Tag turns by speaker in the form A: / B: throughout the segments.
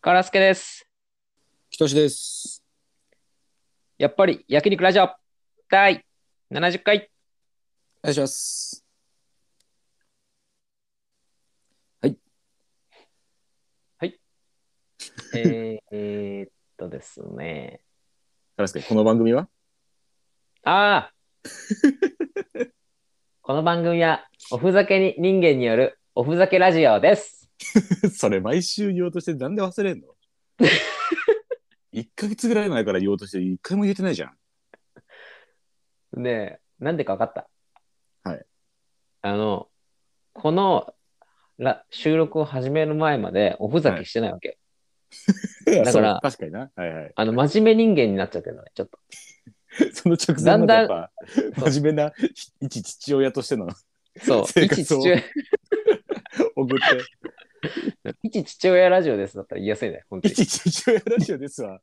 A: カラスケです。
B: きとしです。
A: やっぱり焼肉ラジオ第70回。
B: お願いします。
A: えーえーっとですね。
B: カラスケ、この番組は
A: ああ この番組はおふざけに人間によるおふざけラジオです。
B: それ毎週言おうとしてなんで忘れん の ?1 ヶ月ぐらい前から言おうとして1回も言えてないじゃん。
A: ねえ、なんでか分かった。
B: はい。
A: あの、このら収録を始める前までおふざけしてないわけ。だから
B: そう確かにな。はいはい。
A: あの、真面目人間になっちゃってるのね、ちょっと。
B: その直前まで
A: だ
B: や
A: ん
B: っ
A: だ
B: ぱ、
A: そう
B: 真面目な一父親として の
A: そう、
B: 生
A: 一
B: 活
A: 父
B: を
A: 親、
B: 送って、
A: 一父親ラジオですだったら言いやすいね、本当に。
B: 一父親ラジオですわ。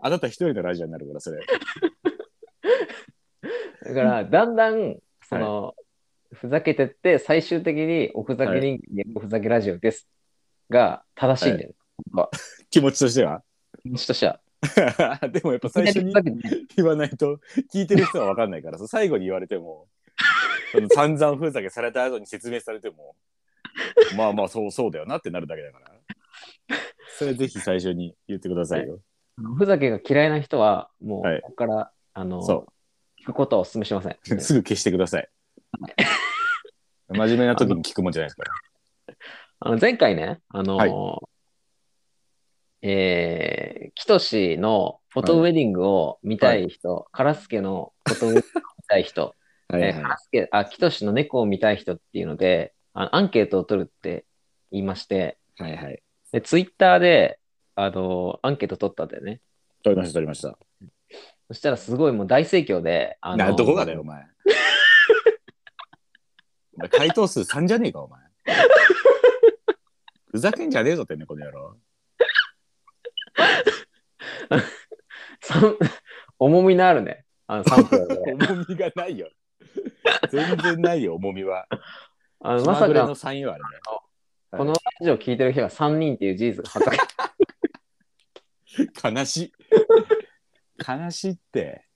B: あなた一人のラジオになるから、それ。
A: だから、だんだん、その、ふざけてって、最終的に、おふざけ人間、おふざけラジオです。が、正しいんだよね。
B: 気持ちとしては。
A: 気持ちとしては。
B: でもやっぱ最初に
A: ふざけてない
B: 言わないと聞いてる人は分かんないからそう最後に言われてもその散々ふざけされた後に説明されてもまあまあそうそうだよなってなるだけだからそれぜひ最初に言ってくださいよ、
A: おふざけが嫌いな人は、も
B: は
A: う、
B: い
A: ここから、あの、
B: そ
A: 聞くことはお勧めしま せん。
B: うすぐ消してください真面目な時に聞くもんじゃないですから
A: あの前回ね、あのー、えー、キトシのフォトウェディングを見たい人、カラスケのフォトウェディングを見たい人、
B: はい
A: えーカラスケ、あ、キトシの猫を見たい人っていうので、あのアンケートを取るって言いまして、
B: はいはい
A: で、ツイッターで、あの、アンケート取ったんだよね。
B: 取りました取りました
A: そしたらすごいもう大盛況で、あの
B: などこがだよお前お前回答数3じゃねえかお前ふざけんじゃねえぞってねこの野郎
A: さん 重みのあるね。あの、3票 で。
B: 重みがないよ。 全然ないよ、重みは。
A: あの、
B: ま
A: まさ
B: さか
A: か
B: の、3位はあれ
A: このラジオ聞いてる人が3人っていう事実が 発覚。
B: ね。悲しい。 悲しいって。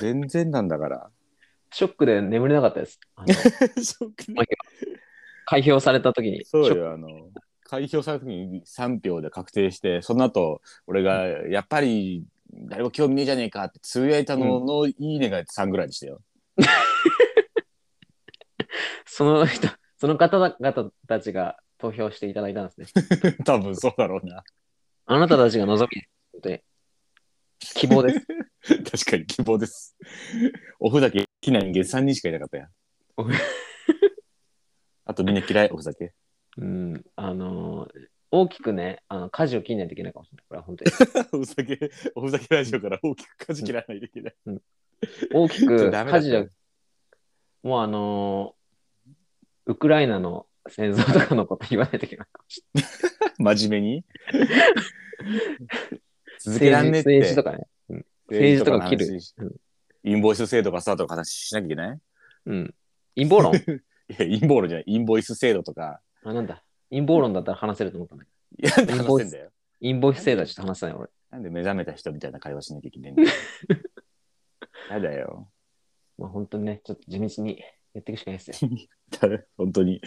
B: 全然なん だから。
A: ショックで眠れなかったです。あの
B: ショック
A: ね開票された時に。
B: そう
A: ショッ
B: よ、あの、開票された時に3票で確定して、その後、俺が、やっぱり、誰も興味ねえじゃねえかってつぶやいたのの、いいねが3ぐらいにしてよ。
A: クその人、その方々たちが投票していただいたんですね。
B: 多分そうだろうな。
A: あなたたちが望みです。本当に。希望です。
B: 確かに希望です。おふざけ好きな人間3人しかいなかったや
A: お。
B: あとみんな嫌い、おふざけ。
A: うん。あのー大きくね、あの、舵を切んないといけないかもしれない。これは本 当に。
B: おふざけ、おふざけラジオから大きく舵切らないといけない。
A: 大きく
B: ダメだっ
A: 舵を
B: て、
A: もうあのーウクライナの戦争とかのこと言わないといけないかもし
B: 真面目に。続
A: れ
B: け
A: な
B: ら
A: い。
B: んねえ
A: 政治政
B: って。
A: 治とかね。政治とか切る
B: 政治とかの
A: うん
B: 話インボイス制度がさとか話しなきゃいけない
A: うん。陰謀論
B: いや、陰謀論じゃない。インボイス制度とか。
A: あ、なんだ。陰謀論だったら話せると思ったんだけ
B: いや、なんで話せんだよ。
A: ど。陰謀不正だ、ちょっと話せない俺。
B: なんで目覚めた人みたいな会話しなきゃいけないんだ よ。やだよ。
A: まあ本当にね、ちょっと地道にやっていくしかないですよ。
B: 本当に。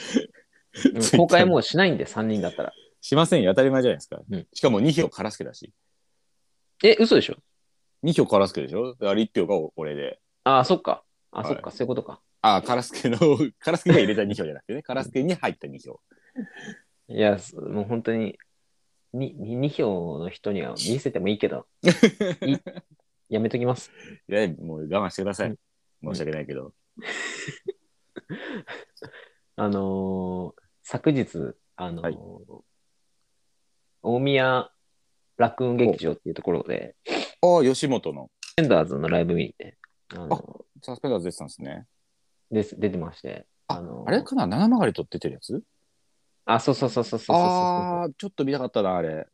A: でも公開もうしないんで、3人だったら。
B: しませんよ、当たり前じゃないですか。
A: うん
B: しかも2票カラスケだし。
A: え、嘘でしょ
B: 2票カラスケでしょあれ1票が俺で。
A: ああ、そっか。あ、
B: はい
A: そっか、そういうことか。
B: ああ、カラスケの、 カラスケが入れた2票じゃなくてね、カラスケに入った2票。
A: いや、すもう本当に、に、2票の人に は見せてもいいけど、いやめときます。
B: いや、もう我慢してくださ
A: う
B: い。申し訳ないけど。
A: あのー昨日、あのー
B: はい
A: 大宮ラクーン劇場っていうところで、
B: ああ、吉本の
A: フェンダーズのライブ見に行って、あの
B: サスペンダーズ出てたんですね。
A: です出てまして、あのー
B: あれかな七曲りと出てるやつ
A: あ、そうそうそうそうそうそうそうそう。
B: ああ、ちょっと見たかったな、あれ。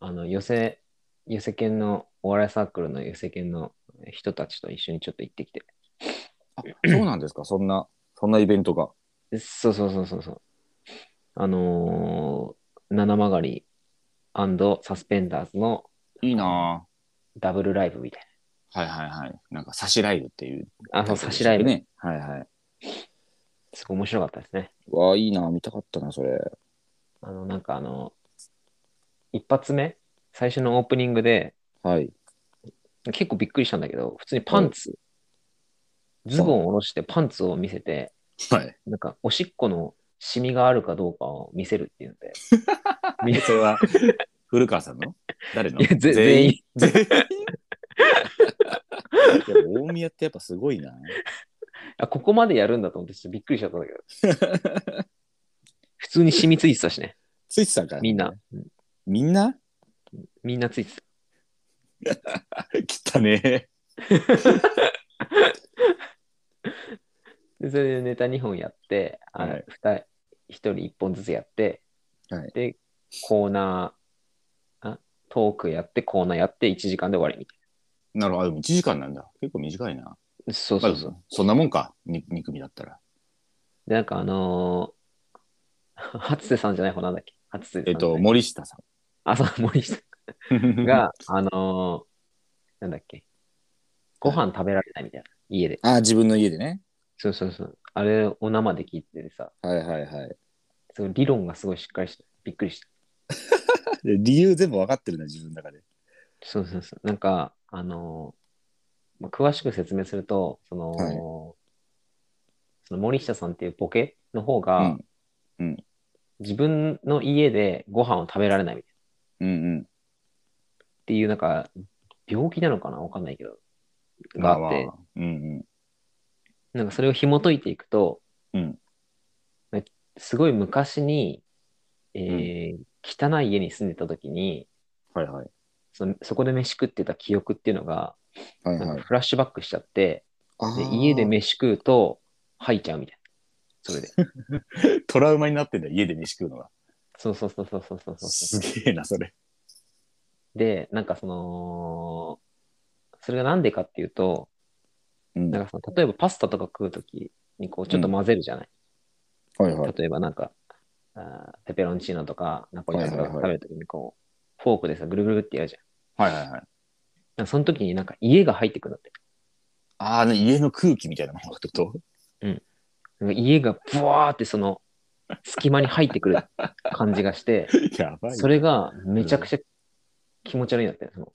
A: あの、寄せ、寄せ犬の、お笑いサークルの寄せ犬の人たちと一緒にちょっと行ってきて。
B: あ、そうなんですか、そんな、そんなイベントが。
A: そうそうそうそうそう。あのー七曲りサスペンダーズの
B: いいな
A: ダブルライブみたい
B: ぁ。はいはいはい。なんか、差しライブっていう。
A: な。あ、そう、差しライブ。
B: ね。はいはい。
A: すごい面白かったですね。
B: わあ、いいなぁ見たかったな、それ。
A: あの、なんかあの、一発目最初のオープニングで、
B: はい。
A: 結構びっくりしたんだけど、普通にパンツ、ズボンを下ろしてパンツを見せて、
B: はい。
A: なんか、おしっこのシミがあるかどうかを見せるっていうので。
B: いやそれは、古川さんの誰の
A: いやぜ
B: 全員。 全員。でも大宮ってやっぱすごいな。
A: あ、ここまでやるんだと思って、ちょっとびっくりしちゃったんだけど。普通に染みついてたし ね。
B: ついてたから、
A: みんな。。うん
B: みんな
A: みんなついてた。
B: 来たね。
A: でそれでネタ2本やって、あ
B: はい
A: 2人、1人1本ずつやって、
B: はい
A: で、コーナー、あ、トークやって、コーナーやって、1時間で終わりみたい
B: なるほど。あでも1時間なんだ。結構短いな。
A: な。そうそ
B: まあ
A: うそう。
B: そんなもんか。に2組だったら。
A: で、なんかあのー、 初瀬さんじゃない方なんだっけ初瀬さん。
B: えっと、森下さ
A: あ、そう、森下
B: ん。
A: が、あのー、なんだっけご飯食べられないみたいな。家で。
B: あ自分の家でね。
A: そうそうそう。あれを生で聞いててさ、
B: はいはいはい。
A: その理論がすごいしっかりして、びっくりした。
B: 理由全部わかってるな、自分の中で。
A: そうそうそう。なんか、あのーまあ、詳しく説明すると、その、
B: はい
A: その森下さんっていうボケの方が、
B: うんうん
A: 自分の家でご飯を食べられないみたいなっ
B: うんうん。
A: ていう、なんか、病気なのかなわかんないけど、が
B: ま
A: あっ
B: ま
A: て、
B: うんうん。
A: なんかそれを紐解いていくと、
B: うん
A: ねすごい昔に、えー汚い家に住んでた時に
B: はいはい。
A: その、そこで飯食ってた記憶っていうのが、
B: はい
A: なん
B: はい
A: か。フラッシュバックしちゃって、
B: あ
A: で
B: ー
A: 家で飯食うと吐いちゃうみたいな。それで。
B: トラウマになってんだよ、家で飯食うのが。
A: そうそうそうそうそうそうそう
B: すげえな、それ。
A: で、なんかその、それがなんでかっていうと、
B: うん
A: なんかその例えばパスタとか食うときにこうちょっと混ぜるじゃない。
B: はいはい。
A: 例えばなんか、あーペペロンチーノとかナポリタンとか
B: はいはい
A: 食
B: は
A: べ
B: い
A: るときにこう、フォークでさ、ぐるぐるぐるってやるじゃん。
B: はいはいはい。
A: なんかその時になんか家が入ってくるんだって。
B: ああ、ね家の空気みたいなものってこと
A: なんか家がブワーってその隙間に入ってくる感じがして、
B: やばい。
A: それがめちゃくちゃ気持ち悪いんだって。その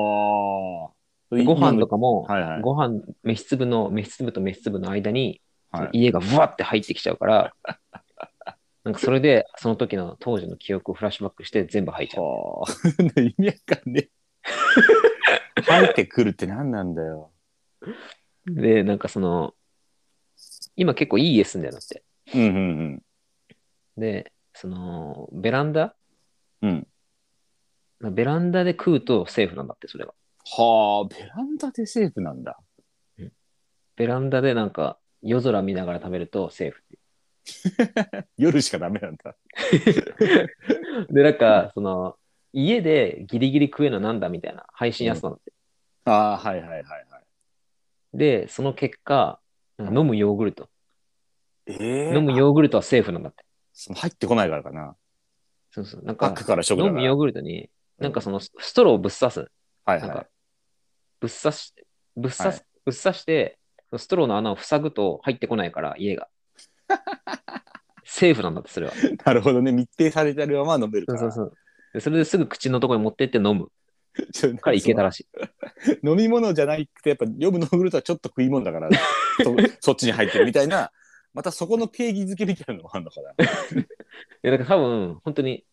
B: はあ。
A: ご飯とかも、
B: はいはい
A: ご飯、飯粒の、飯粒と飯粒の間に、
B: はい。
A: 家がブワーって入ってきちゃう から、なんかそれで、その時の当時の記憶をフラッシュバックして全部入っちゃう。
B: はあ。 意味わかんねえ。入ってくるって何なんだよ。
A: で、なんかその、今結構いい家住んでるんだって。
B: うんうん
A: で、その、ベランダ
B: うん。うん。
A: ベランダで食うとセーフなんだって、それは。
B: はあ、ベランダでセーフなんだ。
A: ベランダでなんか夜空見ながら食べるとセーフってい
B: 夜しかダメなんだ。
A: う。で、なんか、その、家でギリギリ食えるのなんだみたいな配信やつなんだって。
B: ああ、はいはいはいはい。
A: で、その結果、なんか飲むヨーグルト。
B: ええ
A: 飲むヨーグルトはセーフなんだって。
B: その入ってこないからかな。
A: そうそう。なん
B: パッ
A: か
B: ク、から食
A: 飲
B: だ
A: む
B: か
A: ヨ
B: ら
A: ー。グルトに、なんかその、ストローをぶっ刺す。
B: はい
A: なん
B: は
A: か、ぶっ刺し、ぶっ刺す、
B: はい
A: ぶっ刺して、ストローの穴を塞ぐと入ってこないから、家 が。セーフなんだって、それは。
B: い。 なるほどね。密閉されてるまま飲めるか
A: そう
B: ら。
A: そうそう。でそれですぐ口のところに持ってって飲む
B: ちょなんか
A: からいけたらしい。
B: 飲み物じゃなくてやっぱ読むヨーグルトはちょっと食い物だ からそそっちに入ってるみたいなまたそこの定義づけみたいなのもあるのかな
A: いやだから多分、本当に、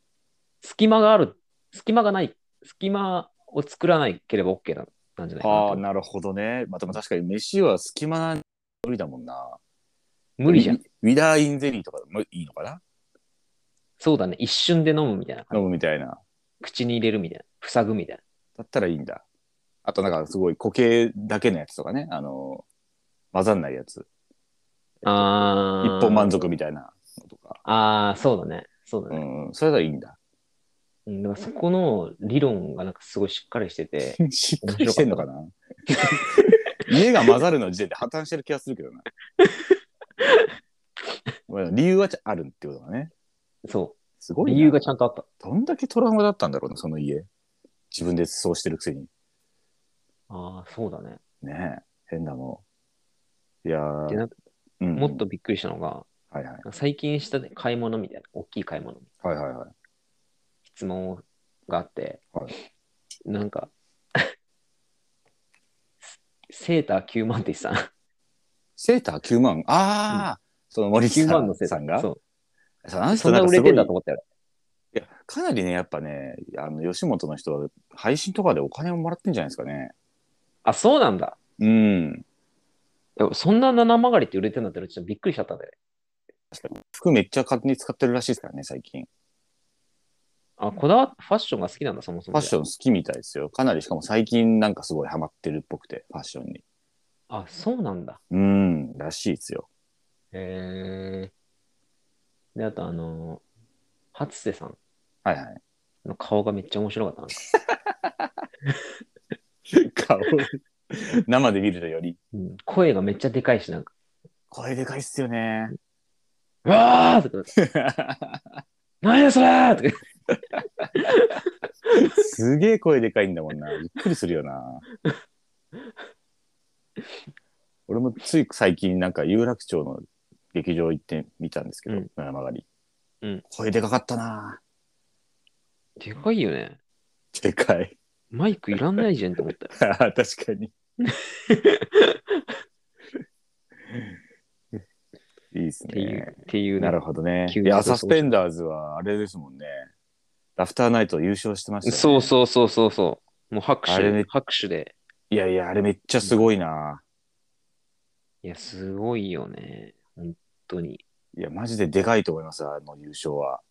A: 隙間がある、隙間がない、隙間を作らないければ OK なんなんじゃないかな
B: あ
A: と
B: あなるほどねまあでも確かに飯は隙間なん無理だもんな
A: 無理じゃん
B: ウ。ィウィダーインゼリーとかでもいいのかな
A: そうだね。一瞬で飲むみたいな感
B: 飲
A: じ。
B: むみたいな
A: 口に入れるみたいな。塞ぐみたいな。
B: だったらいいんだあとなんかすごい固形だけのやつとかねあの混ざんないやつ
A: あ
B: 一
A: ー
B: 本満足みたいなのとか
A: あー、そうだね。そうだ
B: う
A: ね。
B: んそれならいいんだ
A: うん、だからそこの理論がなんかすごいしっかりして て、
B: しっかりしてんのかな家が混ざるの時点で破綻してる気がするけどなまあ理由はちゃあるってことだね
A: そ
B: すごいな
A: 理由がちゃんとあった。
B: どんだけトラウマだったんだろうな、その家。自分でそうしてるくせに。
A: ああ、そうだね。
B: ねえ、変なもん。いやー
A: でなんか
B: うんうん
A: もっとびっくりしたのが、
B: はいはい。
A: 最近した買い物みたいな、大きい買い物、
B: はいはいはい。
A: 質問があって、
B: は
A: なんか、 セーター9万って言ってたな。
B: セーター9万ああ、その森
A: 9
B: さ
A: 万
B: ん
A: のセータ
B: さ
A: ー。
B: んが
A: そ
B: そうあの
A: う。そ
B: 人
A: んな
B: なんか
A: 売
B: す
A: れ
B: ご
A: て
B: い
A: んだと思ったよ。
B: いやかなりね、やっぱね、あの吉本の人は配信とかでお金をもらってんじゃないですかね。
A: あ、そうなんだ。
B: うん。
A: でもそんな七曲りって売れてんだってのちょっとびっくりしちゃったんだよね。
B: 服めっちゃ勝手に使ってるらしいですからね、最近。
A: あ、こだわってファッションが好きなんだ、そもそ
B: フ
A: も。
B: ァッション好きみたいですよ。かなりしかも最近なんかすごいハマってるっぽくて、ファッションに。
A: あ、そうなんだ。
B: うん、らしいですよ。
A: へえ。で、あと、あのー、初瀬さん
B: はいはい。
A: の顔がめっちゃ面白かったな。
B: 顔、生で見るとより。
A: うん、声がめっちゃでかいし、なんか、
B: 声でかいっすよね。
A: うわーとか、何やそれーとか、
B: すげえ声でかいんだもんな。びっくりするよな。俺もつい最近なんか有楽町の劇場行ってみたんですけど、
A: うん
B: 七曲り。
A: うん
B: 声でかかったな。
A: でかいよね。
B: でかい。
A: マイクいらんないじゃんと思ったよ。
B: 確かに。 いいです
A: ってい
B: ね
A: う。、っていう
B: な
A: な
B: るほどね。
A: 急
B: い
A: に
B: や、サスペンダーズはあれですもんね。ラフターナイト優勝してましたよね。
A: そうそうそうそうそう。もう拍
B: あ
A: 手、
B: れね
A: 拍手で。
B: いやいや、あれめっちゃすごいな。
A: いや、すごいよね。本当に。
B: いや、マジででかいと思います、あの優勝は。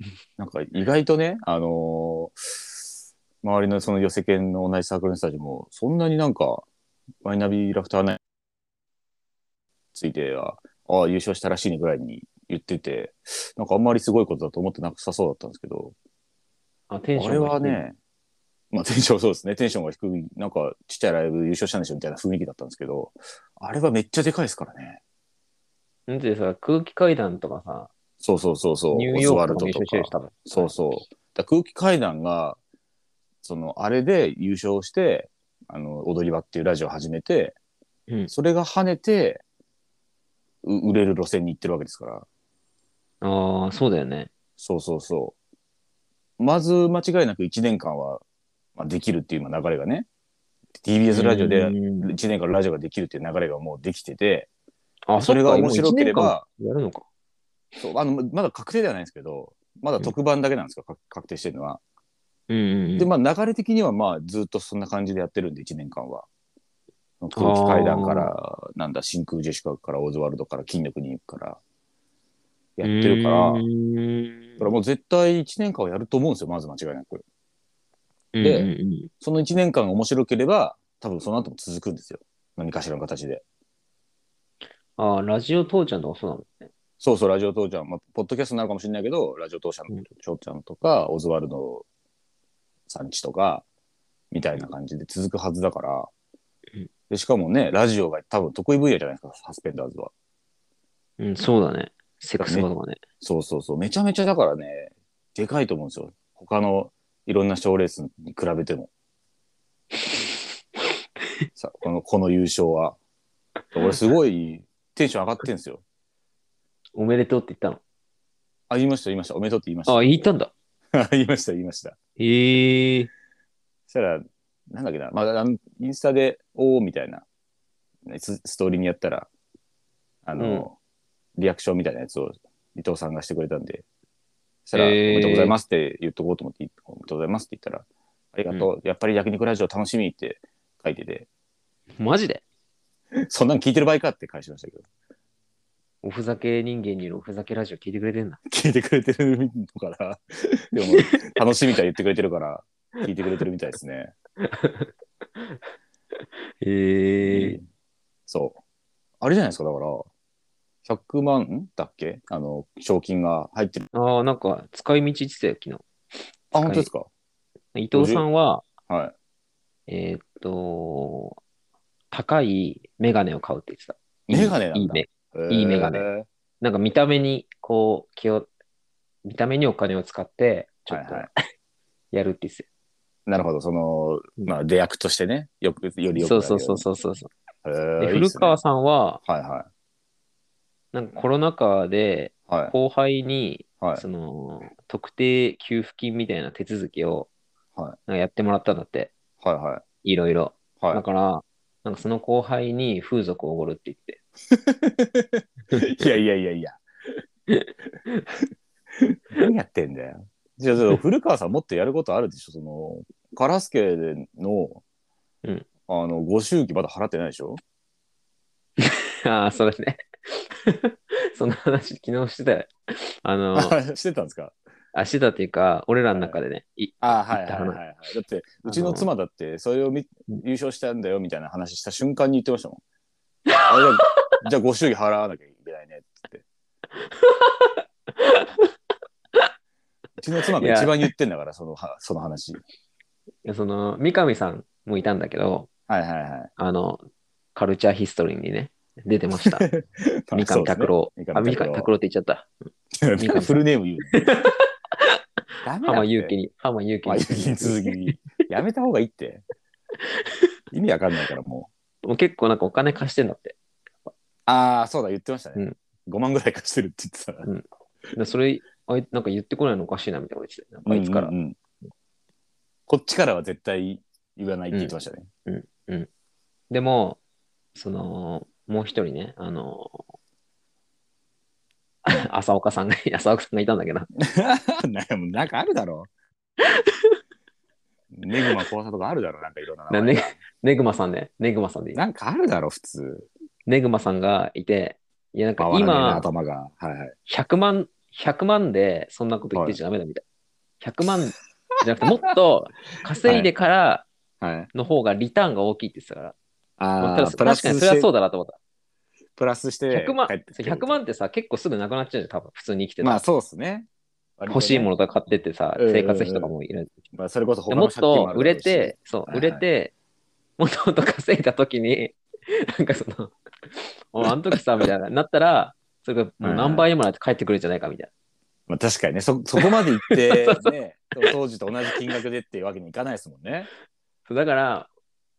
B: なんか意外とね、あのー周りのその寄せ犬の同じサークルの人たちも、そんなになんか、マイナビラフターナイトについては、ああ、優勝したらしいねぐらいに言ってて、なんかあんまりすごいことだと思ってなさそうだったんですけど、
A: あ、テンショ
B: あ
A: ン
B: れ
A: が
B: はね、まあテンションそうですね、テンションが低い、なんかちっちゃいライブ優勝したんでしょみたいな雰囲気だったんですけど、あれはめっちゃでかいですからね。
A: 低い。なんてさ、空気階段とかさ、
B: そうそうそうそう、
A: ニューヨーク
B: オズ
A: と
B: ワ
A: か
B: ルド
A: 優
B: と
A: 勝してるし、
B: か。
A: 多分。
B: そうそう。だから空気階段が、その、あれで優勝して、あの、踊り場っていうラジオを始めて、
A: うん。
B: それが跳ねて、う売れる路線に行ってるわけですから。
A: ああ、そうだよね。
B: そうそうそう。まず間違いなく1年間は、まあ、できるっていう今流れがね、TBS ラジオで
A: うん
B: 1年間ラジオができるっていう流れがもうできてて、
A: あ、
B: それが面白ければ、
A: そっか。今一年間やるのか。
B: そうあのまだ確定ではないんですけど、まだ特番だけなんですか、か確定してるのは。
A: うんうんうん。
B: で、まあ、流れ的にはまあずっとそんな感じでやってるんで1年間は。空気階段からなんだ真空ジェシカからオズワルドから筋力に行くからやってるから
A: う
B: だ
A: ーん
B: からもう絶対1年間はやると思うんですよまず間違いなくで
A: うんうんうん
B: その1年間が面白ければ多分その後も続くんですよ何かしらの形で
A: ああ、ラジオ父ちゃんとかそうだもんね。
B: そうそうラジオ父ちゃん、まあ、ポッドキャストになるかもしれないけどラジオ父ちゃん
A: うん
B: 父ちゃんとかオズワルドさんちとかみたいな感じで続くはずだから
A: うん
B: でしかもねラジオが多分得意分野じゃないですかサスペンダーズは。
A: うん、そうだね。セックスバとかね。
B: そうそうそう。めちゃめちゃだからね、でかいと思うんですよ。他のいろんな賞レースに比べ ても。さこの、この優勝は。俺すごいテンション上がってんですよ。
A: おめでとうって言ったの。
B: あ、言いました、言いました。おめでとうって言いまし
A: ああ、言ったんだ。
B: た。 言いました、言いました。
A: ええ
B: そしたら、なんだっけな、まあ、あのインスタで、おーみたいな、ねスストーリーにやったら、あの、リアクションみたいなやつを伊藤さんがしてくれたんで、そしたら、
A: えー
B: おめでとうございますって言っとこうと思って、おめでとうございますって言ったら、ありがとう、やっぱり焼肉ラジオ楽しみって書いてて、
A: マジで
B: そんなん聞いてる場合かって返しましたけど、
A: おふざけ人間にいるおふざけラジオ聞いてくれてんだ。
B: 聞いてくれてるのかな。でも、楽しみとは言ってくれてるから、聞いてくれてるみたいですね。
A: ええ
B: そう。あれじゃないですか、だから、100万だっけあの、賞金が入ってる。
A: ああ、なんか、使い道言ってたよ、昨
B: あ、本当ですか
A: 日。伊藤さんは、
B: はい。
A: えーっと、高いメガネを買うって言ってた。
B: メガネなんだ
A: いいいいメ
B: へー
A: いいメガネなんか見た目に、こう、気を見た目にお金を使って、ちょ
B: はい
A: っと
B: はい。
A: やるって言ってた
B: なるほど、その、まあ、出役としてね、よく、よりよくなるよね。
A: そうそうそうそうそうそう。
B: へ
A: で
B: ー。いいっ
A: 古
B: すね
A: 川さんは、
B: はいは
A: なんかコロナ禍で
B: い。はい。
A: 後輩に、
B: はい。
A: その、特定給付金みたいな手続きを、
B: はい
A: なんかやってもらったんだって、
B: はいはい
A: ろいろ。
B: い。はい
A: だ。から、なんかその後輩に風俗をおごるって言 って。
B: いやいやいやいや。 何やってんだよ。じゃ あ、じゃあ古川さんもっとやることあるでしょその、カラスケの、
A: うん
B: あの、ご祝儀まだ払ってないでしょ
A: ああ、そうですね。 その話、昨日してたよ。あ の、
B: してたんですか
A: あ、してたっていうか、俺らの中でね、い
B: あはい
A: 言った
B: はい
A: 話
B: はいはい。だって、うちの妻だって、それを見優勝したんだよみたいな話した瞬間に言ってましたも ん。あれだじゃあご祝儀払わなきゃいけないねっつって。うちの妻が一番言ってんだから、そのはその話。
A: その、三上さんもいたんだけど、
B: はいはいはい。
A: あの、カルチャーヒストリーにね、出てました。三上
B: そうですね
A: 拓郎。
B: 三上
A: あ、三上
B: 拓郎
A: 拓郎って言っちゃった。 三上
B: フルネーム言うの。 ダメだって
A: 浜祐希に、浜祐希
B: まあ続き
A: に。
B: 続き。やめた方がいい って。意味わかんないからも う。
A: もう結構なんかお金貸してんだって。
B: ああ、そうだ、言ってました
A: う
B: ね
A: ん。
B: 5万ぐらい貸してるって言ってたな。
A: でそれ、あいなんか言ってこないのおかしいなみたいなこと言ってたよ。なんかあいつから
B: うん。うんうんこっちからは絶対言わないって言ってましたね。
A: でも、その、もう一人ね、あの、 浅岡さんが、 浅岡さんがいたんだけど、
B: なんか もうなんかあるだろう。ネグマ交差とかあるだろう、なんかいろんな名
A: な
B: 前が。
A: ねネグマさんね、ネグマさんでいい。
B: なんかあるだろう、普通。
A: ネグマさんがいて、いや、なんか
B: 回らねえな
A: 今、
B: 頭が。はいはい。
A: 100万、100万でそんなこと言ってちゃダメだみたい。100万じゃなくて、もっと稼いでから
B: はい、
A: の方がリターンが大きいって言ってたから。まあ
B: あ
A: た
B: あ
A: だ、
B: プラス
A: 確かにそれは
B: して
A: そうだなと思った。
B: プラスして
A: 100万
B: 帰ってくる
A: 100万ってさ、結構すぐなくなっちゃうじゃん、多分普通に生きてたら
B: まあそうですね。
A: 欲しいものとか買ってってさ、
B: うんうんうん
A: 生活費とかもいる。
B: まあ、それこそ他
A: も
B: の
A: っ
B: 借金
A: と
B: もある
A: 売
B: だ
A: れ、
B: ろうして
A: そ
B: は
A: う、
B: い
A: 売
B: はい
A: れて、もっともっと稼いだときに、 なんかその、お前あの時さ、みたいな、なったら、それがもう何倍にもなって帰ってくるんじゃないかみたい
B: まあ、確かにねそそこまで 行って、ね、当時と同じ金額でっていうわけにいかないですもんね。
A: な。だから、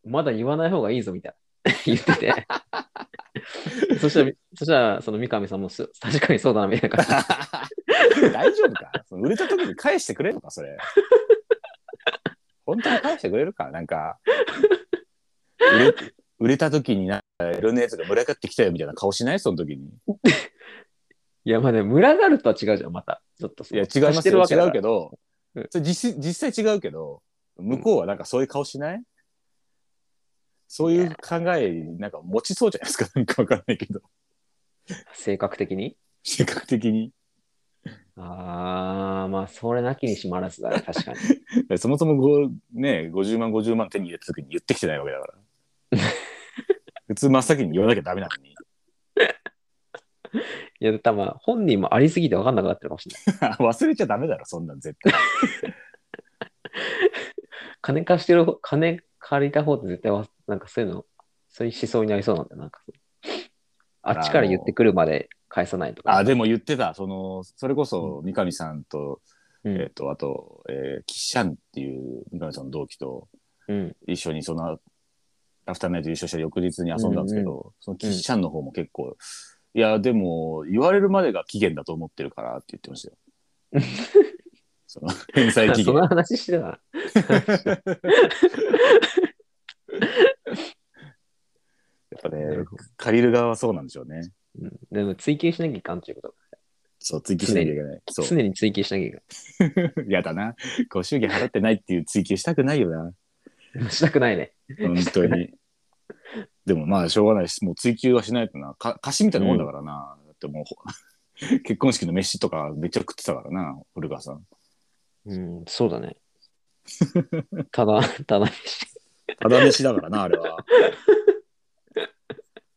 A: まだ言わない方がいいぞみたいな、 言って て。そしたら、そしたら、その三上さんもす、確かにそうだな、みたいな感じ。
B: 大丈夫かその売れた時に返してくれるのかそれ。本当に返してくれるかなんか売れ売れた時になんかいろんなやつが群がってきたよみたいな顔しないその時に。
A: いや、まあね、群がるとは違うじゃん、また。ちょっとそ
B: い
A: の
B: や違いま
A: 貸し
B: す
A: てる
B: よ
A: わけだか
B: 違う
A: ら
B: けど、
A: うん
B: それ実実際違うけど向こうはなんかそういう顔しない、そういう考えなんか持ちそうじゃないですかなんかわかんないけど
A: 性格的に。
B: 性格的に
A: ああ、まあ、それなきにしもあらずだね、確かに。
B: そもそもご、ね、50万50万手に入れた時に言ってきてないわけだから 普通真っ先に言わなきゃダメなのに
A: いや、多分本人もありすぎて分かんなくなってるかもしれない。
B: 忘れちゃダメだろそんなん絶対
A: 金貸してる方、金借りた方って絶対わ、なんかそういうの、そういう思想になりそうなんだよ、なんか。あっちから言ってくるまで返さないとか。
B: あでも言ってたそのそれこそ三上さんと、
A: うん
B: えっ、とあと、えー、キッシャンっていう三上さんの同期と
A: うん。
B: 一緒にそのアフターナイト優勝した翌日に遊んだんですけど、そのキッシャンの方も結構、いやでも言われるまでが期限だと思ってるからって言ってま したよその返済期
A: そ
B: 限
A: の話してたな。
B: やっぱ
A: な
B: ね
A: るほど
B: 借りる側はそうなんでしょうね
A: うんでも追求しなきゃいかんっていうこと。
B: そう追求しなきゃいけないそう
A: 常に追求しなきゃいけ
B: やだなご祝儀払ってないっていう追求したくないよな
A: ない。したくないね。
B: 本当にでもまあしょうがないですもう追求はしないとなか貸しみたいなもんだからな、だってもうほ 結婚式の飯とかめっちゃ食ってたからな古川さん
A: うん、そう だね。ただ、ただ飯。
B: ただ飯だからなあれは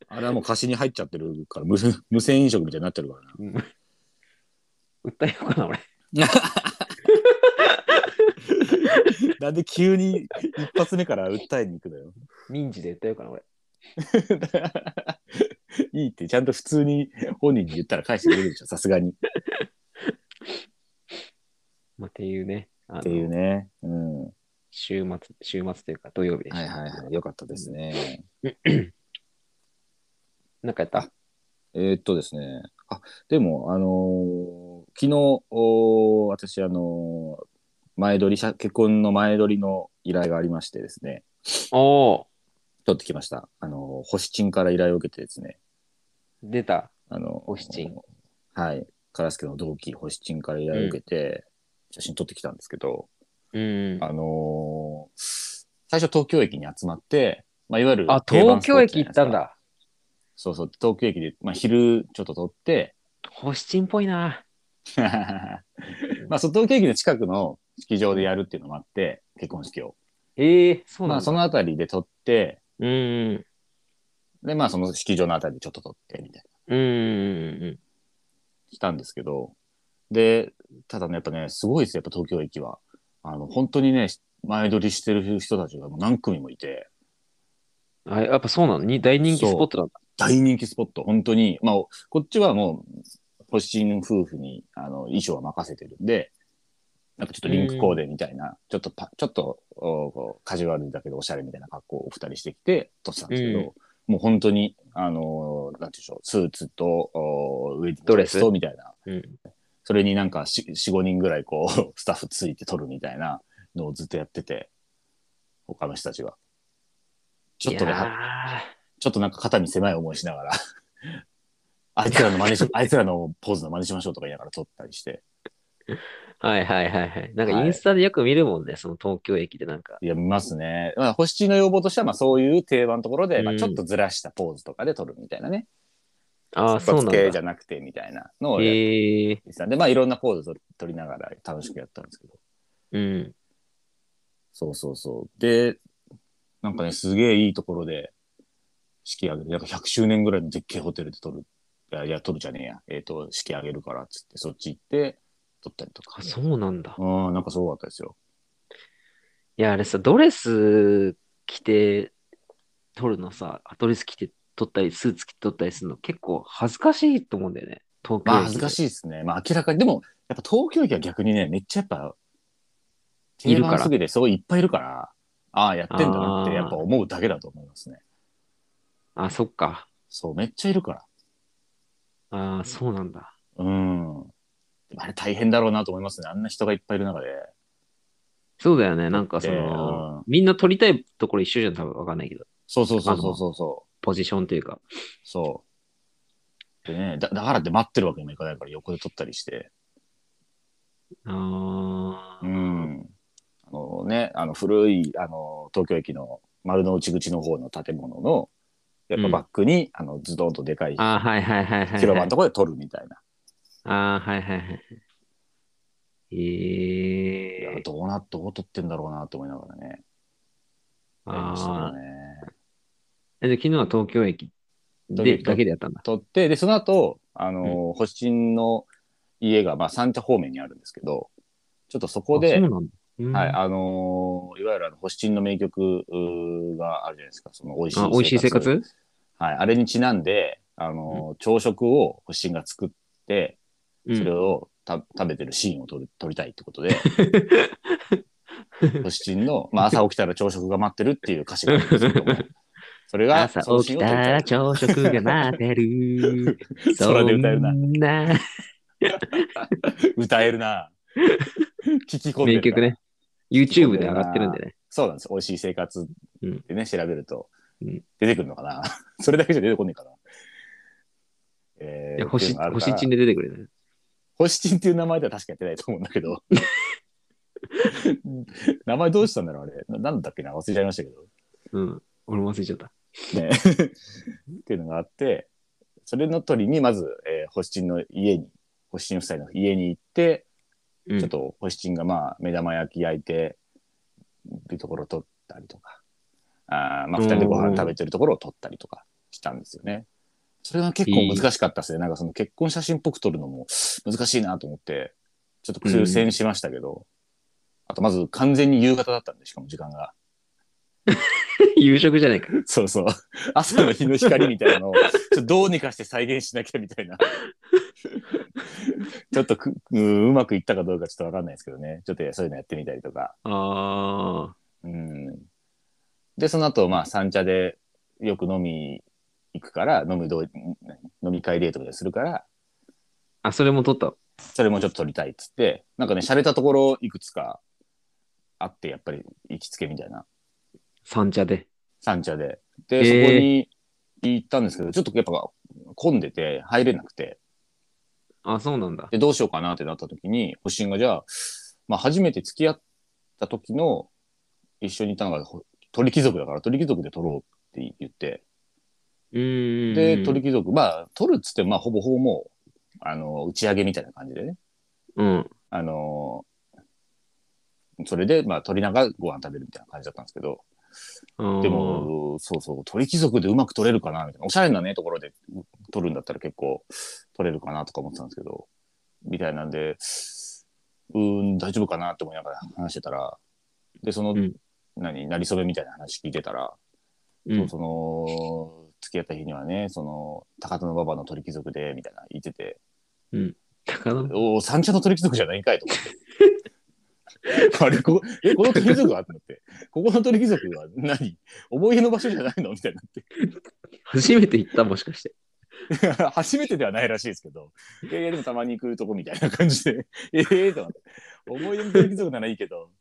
B: あれはもう貸しに入っちゃってるから無無銭飲食みたいになってるからな
A: うん訴えようかな、俺。
B: なんで急に一発目から訴えに行くのよ
A: 民事で訴えようかな、俺。
B: いいって、ちゃんと普通に本人に言ったら返してくれるでしょ、さすがに。
A: まあ、っていうね、あの
B: っていうね。うん。は
A: 週末、週末というか土曜日でした。
B: いはいはい。よかったですね。
A: なんかやった
B: えーっとですね。あ、でも、あのー昨日、おー私、あのー前撮り写、結婚の前撮りの依頼がありましてですね。
A: おお
B: 撮ってきました。あのー星チンから依頼を受けてですね。
A: 出た。
B: あの、
A: 星チン。
B: はい。カラスケの同期、星チンから依頼を受けて、写真撮ってきたんですけど、
A: うん。
B: あのー最初東京駅に集まって、まあ、いわゆる
A: あ、
B: 定番
A: 東
B: スポッ
A: 京
B: トじ
A: 駅行
B: ゃないですか
A: ったん。だ。
B: そうそう、東京駅で、まあ、昼ちょっと撮 って、
A: 星チンっぽいな。
B: まあ、その東京駅の近くの式場でやるっていうのもあって、結婚式を。
A: ええそう
B: ま
A: なん
B: あ、
A: だ。
B: そのあたりで撮って、
A: うんうん。
B: で、まあ、その式場のあたりでちょっと撮って、みたいな。
A: うんうんうん。
B: したんですけど、で、ただね、やっぱね、すごいですよ、やっぱ東京駅は。あの、本当にね、前撮りしてる人たちがもう何組もいて、
A: あ、やっぱそうなのに大人気スポットなんだ。
B: 大人気スポット、本当に、まあ、こっちはもう、星新夫婦に、あの、衣装は任せてるんで、なんかちょっとリンクコーデみたいな、ちょっとパ、ちょっと、おこうカジュアルだけど、おしゃれみたいな格好をお二人してきて、撮ってたんですけど、
A: うん
B: もう本当に、あのーなんていうんでしょう、スーツと、おウェディング
A: ドレス
B: とみたいな、
A: うん。
B: それになんかし4、5人ぐらいこう、 スタッフついて撮るみたいなのをずっとやってて、他の人たちが。ちょっとね、
A: いや
B: はちょっとなんか肩に狭い思いしながら、 あいつらの 真似し、あいつらのポーズの真似しましょうとか言いながら撮ったりして、
A: ーはいはいはいはい。なんかインスタでよく見るもんね、その東京駅でなんか。
B: いや、見ますね。まあ、星地の要望としては、まあそういう定番のところで、ま
A: う
B: あ
A: ん
B: ちょっとずらしたポーズとかで撮るみたいなね。
A: ああ、そうなん
B: 一発系じ
A: だ。
B: ゃなくてみたいなのをやっ
A: ええ
B: てたんで、まあいろんなポーズ撮り撮りながら楽しくやったんですけど。
A: うん。
B: そうそうそう。で、なんかね、すげえいいところで式上げる。なんか100周年ぐらいのでっけえホテルで撮る。いや、いや撮るじゃねえや。えっ、と、式上げるからっつって、そっち行って撮ったりとか
A: あ、。そうなんだ。
B: うん、なんかすごかったですよ。
A: いや、あれさ、ドレス着て撮るのさ、ドレス着て撮ったり、スーツ着て撮ったりするの結構恥ずかしいと思うんだよね。東京
B: まあ、
A: 駅
B: 恥ずか
A: い。
B: しいですね。まあ、明らかに。でも、やっぱ東京駅は逆にね、めっちゃやっぱ、
A: いるから
B: 定番すぎて、そういっぱいいるから、ああ、やってんだなっ
A: あ
B: て、
A: ー
B: やっぱ思うだけだと思いますね。
A: あ、そっか。
B: そう、めっちゃいるから。
A: ああ、そうなんだ。
B: うん。でもあれ大変だろうなと思いますね。あんな人がいっぱいいる中で。
A: そうだよね。なん
B: 撮
A: か
B: って
A: その、
B: うん
A: みんな撮りたいところ一緒じゃん、多分わかんないけど。
B: そうそうそうそうそうそう。
A: ポジションというか。
B: そう。でね、だだからって待ってるわけにもいかないから横で撮ったりして。
A: ああ、
B: ん。あのね、あの古い、あの、東京駅の丸の内口の方の建物の、やっぱバックに、あの、ズドンとでかい
A: あーはいはいはいはいはい。
B: 広場のところで撮るみたいな。
A: ああ、はいはいはい。え
B: いや
A: え
B: どうな、どう撮ってんだろうなと思いながらね。やりましたけ
A: あ
B: どね
A: あ。で、昨日は東京駅
B: 東京
A: で
B: 駅
A: だけでやったんだ。
B: 撮って、で、その後、あの、星新の家が、まあ、三茶方面にあるんですけど、ちょっとそこ
A: あ
B: で
A: そう、なんだ。うん
B: はい、あのーいわゆるあの、星新の名曲うーがあるじゃないですか、その美味しい
A: あ美味しい生活
B: はい、あれにちなんで、あのー朝食を星新が作って、
A: うん
B: それをた、食べてるシーンを撮る撮りたいってこ とで、星新の、まあ、朝起きたら朝食が待ってるっていう歌詞があるんですけ ども、それが、
A: 朝
B: その
A: 起き
B: シーンを
A: た
B: 撮りた
A: ら
B: い。。
A: 朝食が待ってるそ
B: 空
A: ん
B: で歌えるな
A: な
B: 歌え るな。聞き込んでる
A: 名
B: な
A: 曲ね。YouTube で上がってるんでね。
B: そうなんです。美味しい生活でね、調べると
A: うん
B: 出てくるのかな。 それだけじゃ出てこねえかな。え
A: い
B: ー
A: や星、星
B: ち
A: チ
B: ん。
A: ンで出てくるね。
B: 星ちんっていう名前では確かやってないと思うんだけど。名前どうしたんだろうあれ。ななんだっけな忘れちゃいましたけど。
A: うん。俺も忘れちゃった。
B: ね、っていうのがあって、それの鳥にまず、えー、星ちんの家に、星ちん夫妻の家に行って、
A: うん
B: ちょっと星チンがまあ目玉焼き焼いてるところを撮ったりとか、あーまあ
A: うん
B: 二人でご飯食べてるところを撮ったりとかしたんですよね。それが結構難しかったですね。なんかその結婚写真っぽく撮るのも難しいなと思って、ちょっと苦戦しましたけど、あとまず完全に夕方だったんで、しかも時間が。
A: 夕食じゃないか。
B: そうそう。朝の日の光みたいなのを、ちょっとどうにかして再現しなきゃみたいな。ちょっとくううまくいったかどうかちょっとわかんないですけどね。ちょっとそういうのやってみたりとか。
A: あ
B: うん。で、その後、まあ、三茶でよく飲み行くから、飲むどう飲み会デートみたいなのするから、
A: あ。あ、それも撮った。
B: それもちょっと撮りたいっつって、なんかね、洒落たところいくつかあって、やっぱり行きつけみたいな。
A: 三茶で。
B: 三茶で。
A: へ
B: で、
A: ー
B: そこに行ったんですけど、ちょっとやっぱ混んでて入れなくて、
A: あ、そうなんだ。
B: で、どうしようかなってなった時に、星新がじゃあ、まあ初めて付き合った時の一緒にいたのがほ鳥貴族だから鳥貴族で撮ろうって言って、
A: うーん。
B: で、鳥貴族、まあ撮るっつって、まあほぼほぼもう、あの、打ち上げみたいな感じでね、
A: うん。
B: あのそれで、まあ、鳥ながらご飯食べるみたいな感じだったんですけど、で
A: で、
B: も、そうそう、鳥貴族でうまく取れるかなみたいな、おしゃれなね、ところで取るんだったら結構取れるかなとか思ってたんですけど、みたいなんで、うーん、大丈夫かなって思いながら話してたら、で、その、
A: うん
B: 何、なりそめみたいな話聞いてたら、
A: うん
B: そうその、付き合った日にはね、その、高田馬場の鳥貴族で、みたいな言ってて、
A: 高田
B: おお、三茶の鳥貴族じゃないんかいと思って。あれここえこの鳥貴族はと思って、ここの鳥貴族は何思い出の場所じゃないのみたいに
A: 初めて行った、もしかして。
B: な って。初めてではないらしいですけど、いやいや、でもたまに来るとこみたいな感じで、ええと思って、思い出の鳥貴族ならいいけど、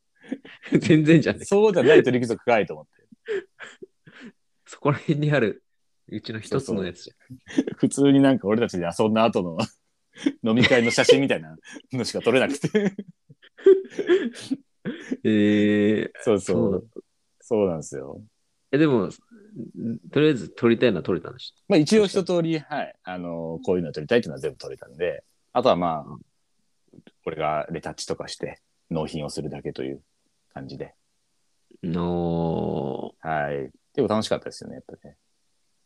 A: 全然じゃね
B: そうじゃない鳥貴族かいと思って、
A: そこら辺にある、うちの一つのやつじ
B: 普通になんか俺たちで遊んだ後の飲み会の写真みたいなのしか撮れなくて、
A: ゃん。えー
B: そうそ
A: そうだ
B: う、そうなんですよ。
A: え、でも、んとりあえず撮りたいのは撮れたんでし
B: まあ一応一通り、はい、あのこういうの撮りたいっていうのは全部撮れたんで、あとはまあ、これがレタッチとかして納品をするだけという感じで、
A: ょ。の
B: はい。でも楽しかったですよね、やっぱりね。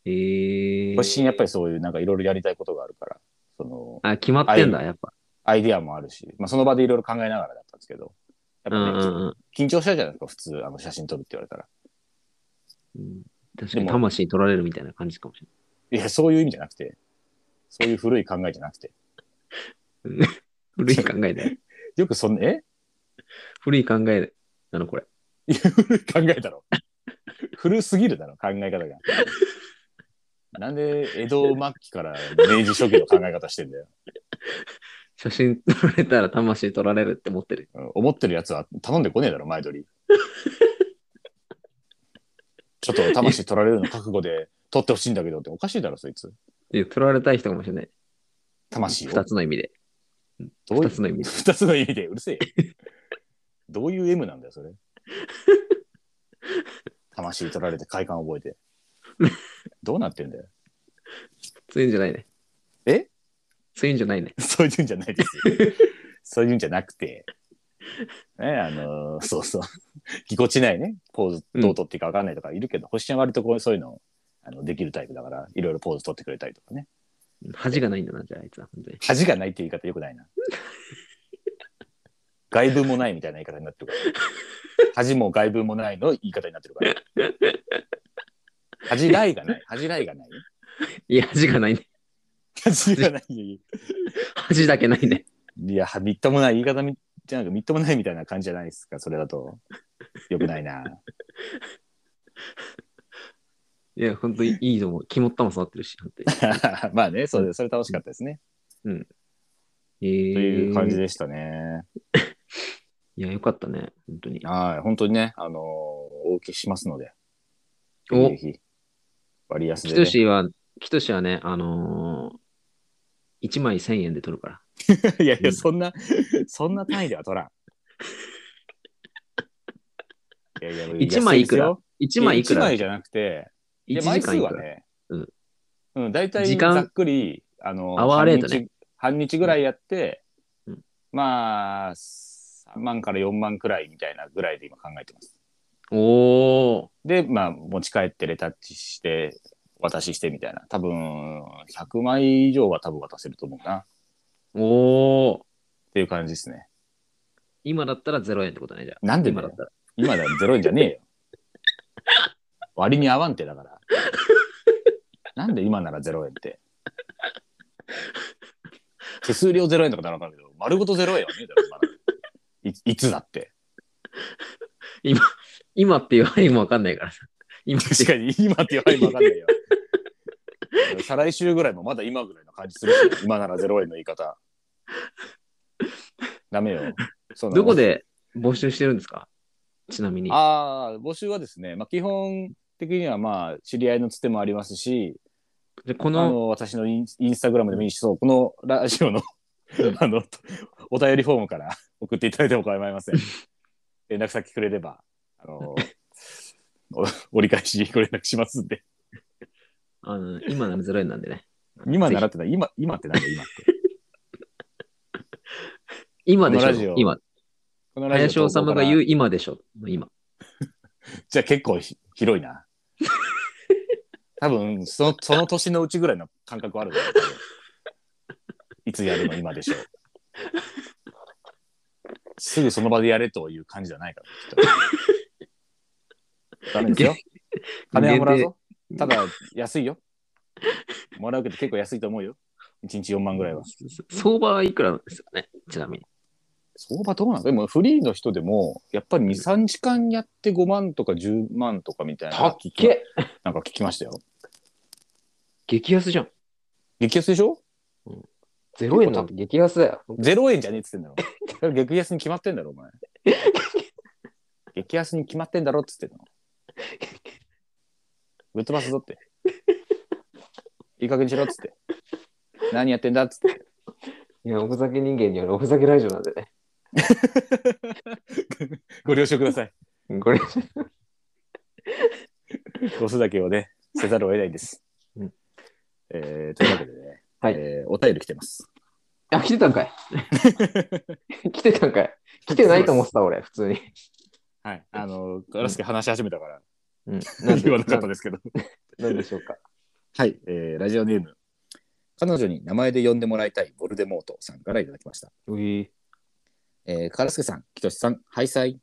A: ーえー。
B: 発信やっぱりそういうなんかいろいろやりたいことがあるから、その、
A: あ、決まってんだ、
B: は
A: やっぱ。
B: アイディアもあるし、まあその場でいろいろ考えながらだったんですけど、
A: う
B: やっぱ
A: ん
B: ね、
A: うんうん
B: 緊張しちゃうじゃないですか、普通、あの写真撮るって言われたら。
A: うん。確かに
B: でも
A: 魂取られるみたいな感じかもし
B: いや、そういう意味じゃなくて、そういう古い考えじゃなくて、
A: れない。古い考えで。
B: よくそんな、え
A: 古い考えなの、これ。
B: いや古い考えだろ。古すぎるだろ、考え方が。なんで江戸末期から明治初期の考え方してんだよ。
A: 写真撮られたら魂取られるって思ってる。
B: うん思ってるやつは頼んでこねえだろ、前取り。ちょっと魂取られるの覚悟で取ってほしいんだけどっておかしいだろ、そいつ。
A: いや、取られたい人かもしれない。
B: 魂を。
A: 二つの意味で。
B: どうい
A: 二
B: う
A: つの意味で。
B: 二つの意味でうるせえよ。どういう M なんだよ、 それ。魂取られて快感覚えて。どうなってんだよ。
A: そういうんじゃないね。
B: え
A: そういうんじゃないね。
B: そういうんじゃないですよ。そういうんじゃなくて、ね、あのーそうそう、ぎこちないね、ポーズどう取っていいか分かんないとかいるけど、星ちゃんは割とこうそういうのあのできるタイプだから、いろいろポーズ取ってくれたりとかね。
A: 恥がないんだな、じゃあ、あいつは。本当に。
B: 恥がないって言い方よくないな。外部もないみたいな言い方になってるから。恥も外部もないの言い方になってるから。恥じらいがない。恥じらいがない。
A: いや、恥がないね。
B: 恥がない。
A: 恥だけないね。
B: いや、はみっともない言い方みじゃなくみっともないみたいな感じじゃないですか、それ だと。よくないな。
A: いや、本当にいいと思う。肝っ玉触ってるし、本当に。
B: まあね、それ、それ楽しかったですね。
A: え
B: という感じ
A: で。
B: でしたね。
A: いや、よかったね。本当に。
B: はい、本当にね、あのーお受けしますので、
A: お
B: ぜひぜひ、割安
A: き
B: で、
A: と
B: ね。
A: しは、きとしはね、あのー、1枚1000円で取るから。
B: いやいや、そんな、そんな単位で は取らん。いやいや、
A: 一枚いくら
B: 安で
A: 1
B: すよ
A: 枚いく
B: 一
A: ら
B: 枚じゃなくて、
A: ?1
B: で
A: 時
B: 枚数
A: 間い
B: は
A: くら
B: ね、
A: うん
B: うん、大体
A: 時間
B: ざっくり、あの、
A: アワーレートね
B: 半日半日ぐらいやって、
A: うん
B: まあ、3万から4万くらいみたいなぐらいで今考えてます。
A: お
B: で、まあ、持ち帰ってレタッチして、お渡ししてみたいな。多分、100枚以上は多分渡せると思うな。っ
A: ーおー
B: ていう感じですね。
A: 今だったら0円ってことね、じゃあ。
B: なんでだ
A: 今
B: よ
A: だったら。
B: 今だ、ゼロ円じゃねえよ。割に合わんてだから。なんで今なら0円って。手数料0円とかならわかるけど、丸ごと0円はねえだろ、まだいいつだって。
A: 今って言われもわかんない からさ。今って
B: 確かに今って言われるわかんないよ。再来週ぐらいもまだ今ぐらいの感じするし、今なら0円の言い方。ダメよ。そんなの
A: どこで募集してるんですかちなみに。
B: ああ、募集はですね、まあ、基本的にはまあ知り合いのつてもありますし、
A: でこ
B: あ
A: の、
B: の私のインインスタグラムでもいいし、そうこのラジオのあのお便りフォームから 送っていただいても構い ません。連絡先くれれば、あのお折り返しご連絡しますんで。
A: あの今なら0円なんでね。
B: 今習ってない、今今ってな んだ、今って。
A: 今で
B: このラ
A: し
B: ジオ
A: ょ今。
B: この
A: 林
B: 投
A: 修
B: 稿から
A: が言う今でしょの今。
B: じゃあ結構ひ広いな。多分そのその年のうちぐらいの感覚はあるだろうけどいつやるの今でしょう。すぐその場でやれという感じじゃないから、きっと。ダメですよ。金はもらうぞ。ただ、安いよ。もらうけど結構安いと思うよ。1日4万ぐらいは。
A: 相場はいくらなんですかねちなみに。
B: 相場どうなのでもフリーの人でも、やっぱり2、3時間やって5万とか10万とかみたいな。
A: たっけ
B: なんか聞きましたよ。
A: 激安じゃん。
B: 激安でしょ
A: 0円なんて激安だよ。
B: ゼロ円じゃねえっつってんだろ。 だから激安に決まってんだろ、お前。激安に決まってんだろっつってんの。ぶっ飛ばすぞって。いい加減にしろっつって。何やってんだっつって。
A: いや、おふざけ人間によるおふざけラジオなんでね。
B: ご了承ください。
A: これ、
B: ボスだけをね、せざるを得ないんです。
A: うん
B: えー、というわけでね、
A: はい
B: えーお便り来てます。
A: あ、来てたんか い。来てたんかい。来てないと思ってた、俺、普通に。
B: はい。あの、ガラスケ話し始めたから、
A: うん。
B: 言わなかったですけど。
A: なんでしょうか。
B: はい、えーラジオネーム彼女に名前で呼んでもらいたいボルデモートさんからいただきました。
A: うい。
B: えー、カラスケさん、キトシさん、ハイサイ。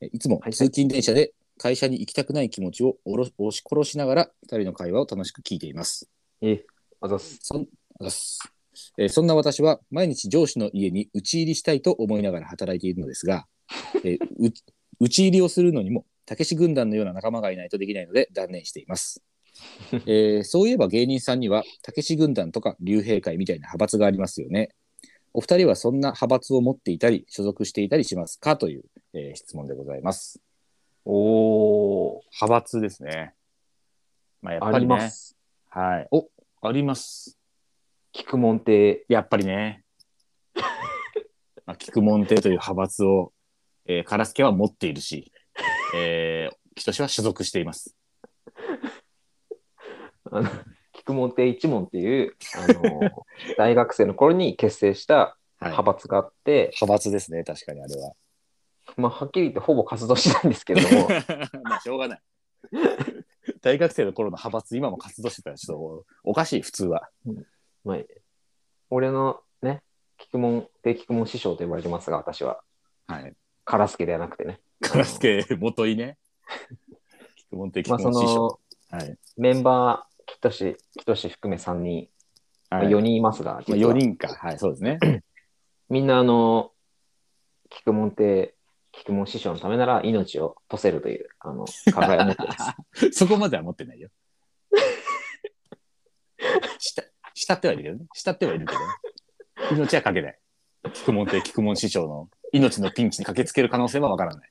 B: えーいつも
A: ハイサイ
B: 通勤電車で会社に行きたくない気持ちをおろ押し殺しながら二人の会話を楽しく聞いています。
A: え、あざっす。
B: そんあざっすえーそんな私は毎日上司の家に打ち入りしたいと思いながら働いているのですが、えーう打ち入りをするのにもたけし軍団のような仲間がいないとできないので断念しています、えーそういえば芸人さんにはたけし軍団とか竜兵会みたいな派閥がありますよねお二人はそんな派閥を持っていたり所属していたりしますかという、えー質問でございます
A: おー。
B: 派閥ですねまあやっ
A: あります。
B: はいおあります
A: 菊門亭。
B: やっぱり ね。まあ、菊門亭という派閥を、えー、カラスケは持っているし、えー、キトシは所属しています。
A: あの 菊門亭一門っていう、あの、 大学生の頃に結成した
B: はい、
A: 派閥があって、
B: 派閥ですね、確かにあれは。
A: まあ、はっきり言ってほぼ活動しないんですけれ ども、
B: まあ、しょうがない。 大学生の頃の派閥、今も活動してたら、ちょっとおかしい、普通は。
A: まあ、俺のね、菊門亭菊門師匠と呼ばれてますが、私は、
B: はい。
A: カラスケではなくてね。
B: カラスケ元い ね。菊門亭、菊
A: まあ、そ
B: 門師匠。
A: の、
B: はい。
A: メンバー、きとし、きとし含め3人、
B: は
A: まあ
B: い
A: 4人いますが、
B: まあ、
A: 実は
B: 4人か。はい、そうですね。
A: みんなあの、菊門って、菊門師匠のためなら命をとせるという、あ の、考えを持ってます。
B: そこまでは持ってないよ。 した、慕ってはいるけどね。慕ってはいるけどね。命はかけない。菊門亭菊門師匠の命のピンチに駆けつける可能性はわからない。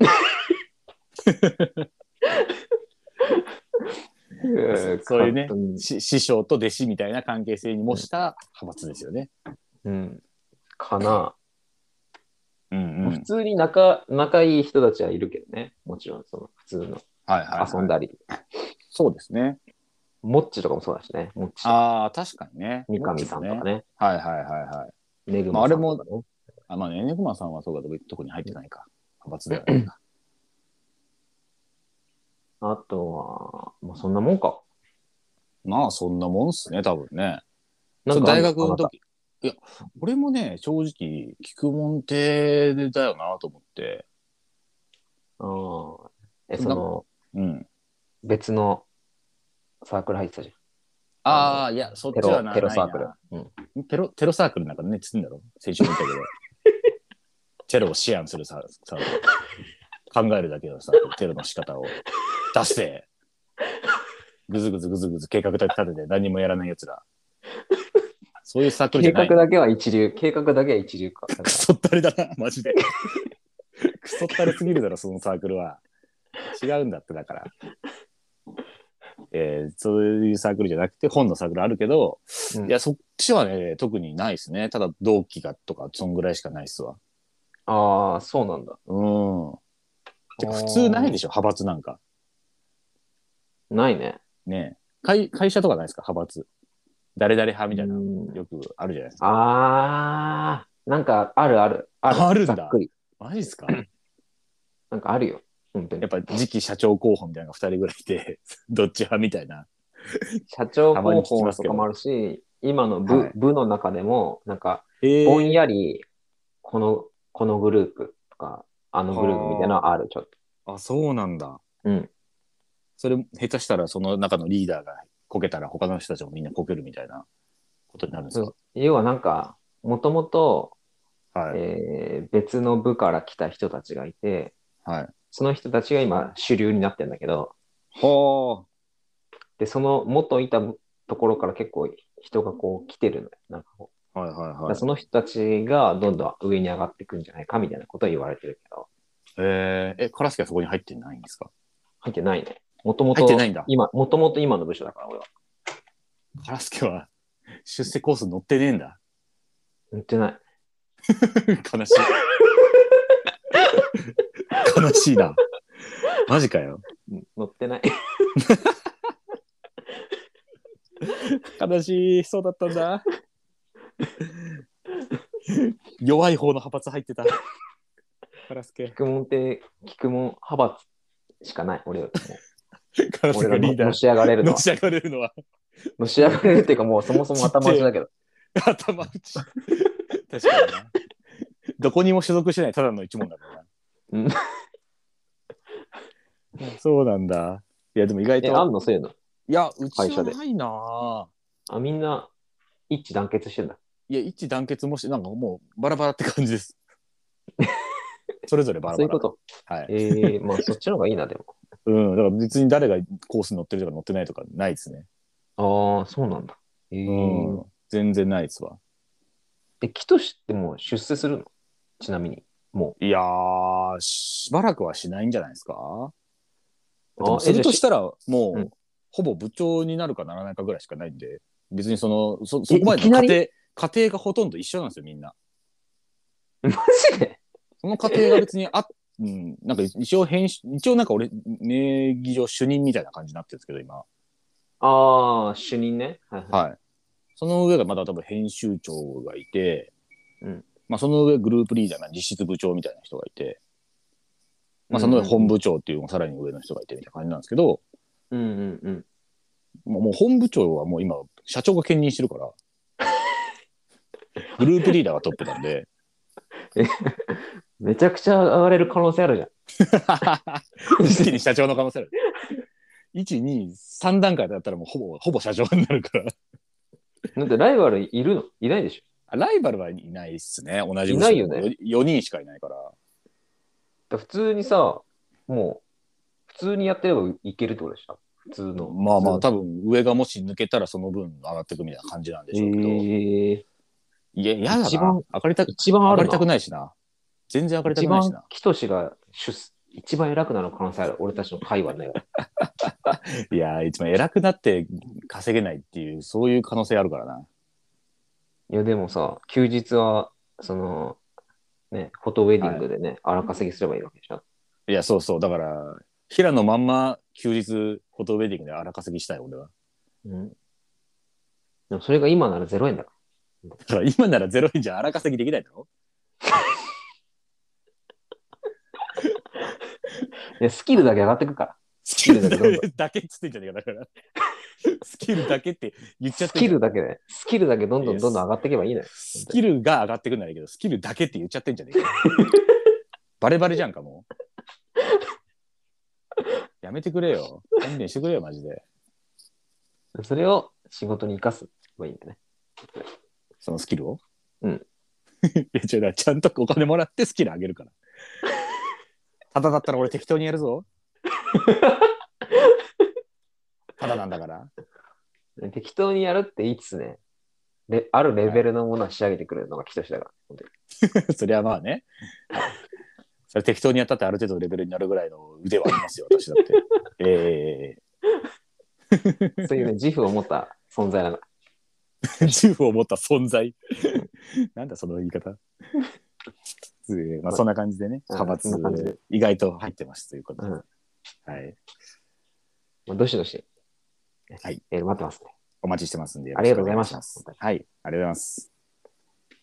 B: そういうね
A: 簡単に
B: し師匠と弟子みたいな関係性に模した派閥ですよね。
A: うん。かな。
B: うん
A: 普。通に仲、仲いい人たちはいるけどね。もちろん、その、普通の
B: はいはい、
A: 遊んだり。
B: そうですね。
A: もっちとかもそうだしね。もっちと。
B: ああ、確かにね。
A: 三上さんとか。ね。
B: はいはいはいはい。
A: めぐ
B: ま
A: ま
B: ああ
A: さ
B: れ
A: ん
B: も
A: とかね。
B: あまあね、エネグマさんはそうだと特に入ってないか。派閥 ではないか。
A: あとは、まあそんなもんか。
B: まあそんなもんっすね、多分ね。
A: なんかあ
B: 大
A: る
B: 学の。
A: あなた
B: 時いや俺もね正直菊門亭だよなと思って
A: あーえ、その、
B: うん
A: 別のサークル入ってたじ
B: ああ、いや、そ
A: ゃ
B: っ
A: ん。
B: ち
A: テ
B: は
A: ロ、
B: な
A: テロサークル
B: ない。なテロ、テロサークルなんかね、つんだろ先週も言ったけど。 テロを支援するサーサークル。考えるだけのサークルテロの仕方を出して。ぐずぐずぐずぐず計画立てて何もやらない奴ら。そういうサークルじ
A: 計
B: ゃな
A: 画
B: い。
A: だけは一流。計画だけは一流 か。だか
B: ク
A: ら
B: ソったれだな、マ ジで。クソったれすぎるだろ、そのサークルは。違うんだって、だから。えーそういうサークルじゃなくて、本のサークルあるけど、
A: うん
B: いや、そっちはね、特にないですね。ただ、同期がとか、そんぐらいしかないっすわ。
A: ああ、そうなんだ。
B: うん。てか普通ないでしょ、派閥なんか。
A: ないね。
B: ね会会社とかないですか、派閥。誰々派みたいな、
A: うん
B: よくあるじゃないですか。
A: あー、なんかあるある。ある
B: あるんだ
A: ざっくり。
B: マジっすか
A: なんかあるよ。本当に
B: やっ。ぱ次期社長候補みたいなのが2人ぐらいいて、 どっち派みたいな。
A: 社長
B: たまに
A: 候
B: 聞き
A: 補
B: ます
A: と
B: けど
A: かもあるし、今の部,、
B: はい
A: 部の中でも、なんか、
B: えー
A: ぼんやり、この、このグループとか、あのグループみたいなのある、ちょっと。
B: あ、そうなんだ。
A: うん。
B: それ、下手したらその中のリーダーがこけたら他の人たちもみんなこけるみたいなことになるんですか
A: 要はなんか、もともと、
B: はい。
A: えー別の部から来た人たちがいて、
B: はい。
A: その人たちが今主流になってるんだけど、
B: は
A: で、その元いたところから結構人がこう来てるのよ。なんかこう
B: あ。はいはい
A: だか
B: は
A: ら
B: い。
A: その人たちがどんどん上に上がっていくんじゃないかみたいなことは言われてるけど、
B: えー、え、カラスケはそこに入ってないんですか
A: 入ってないね。もとも
B: 入
A: と
B: ってないんだ、
A: 今、もともと今の部署だから俺は。
B: カラスケは出世コース乗ってねえんだ。
A: 入ってない。
B: 悲 しい。悲しいな。マジかよ。
A: うん乗ってない。
B: 悲しいそうだったんだ。 弱い方の派閥入ってた。カラスケ。
A: 菊門って、菊門派閥しかない。俺はも
B: カラ
A: う、
B: スケ
A: 俺
B: が
A: が
B: リーダー
A: の。し上がれるの
B: の
A: は。
B: し上がれるのは
A: のし上がれるっていうか、もうそもそも頭打ちだけど。
B: 頭打ち。確かにな。どこにも所属しないただの一問だからな。そうなんだ。いやでも意外と。
A: え、あんのそういうの。
B: いや、うち
A: 会社で
B: いなぁ。
A: あ、みんな一致団結してんだ。
B: いや、一致団結もして、なんかもうバラバラって感じ です。それぞれバラ
A: そうい
B: バ
A: うこ
B: ラ。
A: と。
B: はい。
A: ええ まあそっちの方がいいな、でも。
B: うん。だから別に誰がコースに乗ってるとか乗ってないとかないですね。
A: ああ、そうなんだ。ええ
B: うん。全然ないですわ。
A: え、木としてもう出世するのちなみに。も
B: いやー、しばらくはしないんじゃないですか
A: う。
B: でも
A: あ
B: す
A: えじ
B: る
A: ゃあ
B: としたら、も
A: う
B: う、
A: ん
B: ほぼ部長になるかならないかぐらいしかないんで、別にその、そそ
A: え
B: こまで
A: いき
B: の
A: な
B: 家
A: り
B: 庭、家庭がほとんど一緒なんですよ、みんな。
A: マジで
B: その家庭が別に あ、うん、なんか一応編集、一応なんか俺、名義上主任みたいな感じになってるんですけど、今。
A: ああ、主任ね。はいはい。
B: はい。その上がまだ多分編集長がいて、
A: うん
B: まあその上グループリーダーが実質部長みたいな人がいて、まあその上本部長っていうさらに上の人がいてみたいな感じなんですけど、
A: うんうんうん。
B: もうもう本部長はもう今、社長が兼任してるから、 グループリーダーがトップな んで、
A: めちゃくちゃ上がれる可能性あるじゃん。
B: 一気に社長の可能性ある。1、2、3段階だったらもうほぼ、ほぼ社長になるから。
A: だってライバルいるのいないでし
B: あライバルはいないっすね、同じ
A: いないよね
B: 4人しかいないから。
A: ょ。だから普通にさ、もう、普通にやってればいけるってことでしょ普通の。
B: まあまあ、多分上がもし抜けたらその分上がっていくみたいな感じなんで
A: え
B: しょうけど。
A: え
B: いや、やだな。
A: 一番
B: 上がりたく、
A: 一番あ
B: 上が
A: る
B: りたく
A: な。
B: ないしな。全然上がりた
A: 一
B: くないし
A: 番
B: な。、
A: キトシが出世一番偉くなる可能性ある。俺たちの会話の中で。
B: いや、一番偉くなって稼げないっていう、そういう可能性あるからな。
A: いや、でもさ、休日は、その、ね、フォトウェディングでね、荒稼ぎすればいいわけでしょ。
B: いや、そうそう。だから、平野まんま休日、フォトウェディングで荒稼ぎしたい、俺は。
A: うん。でもそれが今なら0円だから。
B: だから今ならゼロ円じゃ荒稼ぎできないだろ
A: いや、スキルだけ上がってくから。
B: スキル
A: ルだけどんどん
B: だけっつってんじゃねえか、だから。スキルだけって言っちゃっ
A: ス
B: てん
A: キ
B: じゃん
A: ルだけで、スキルだけどんどんどんどん上がっていけばいいのよ。
B: スキルが上がってくんならいいけど、スキルだけって言っちゃってんじゃねえか。バレバレじゃんか、もう。ややめてくれよ。勘弁してくれよ、マジで。
A: それを仕事に生かすのがいいんだね。
B: そのスキルを。
A: うん。
B: いや、違うな、ちゃんとお金もらってスキルあげる から。ただだったら俺適当にやるぞ。ただなんだから。
A: 適当にやるっていいっすね。で、あるレベルのものは仕上げてくれるのがキトシだから。本当に
B: そりゃまあね。それ適当にやったってある程度のレベルになるぐらいの腕はありますよ、私 だって。えええ
A: そういうね、自負を持った存在なの。
B: え 銃を持った存在。なんだその言い 方。ええまあ、そんな感じでね、
A: うん
B: 派
A: そんな感じで
B: 閥意外と入ってますということで。
A: うん
B: はい。
A: まあ、どしどし。
B: はい。
A: えー待ってますね。
B: お待ちしてますんで。
A: ありがとうございました
B: よろくお願いしますはい。ありがとうございます。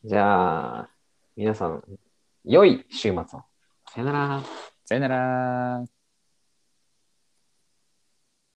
A: じゃあ、皆さん、良い週末を。さよなら。
B: さよなら。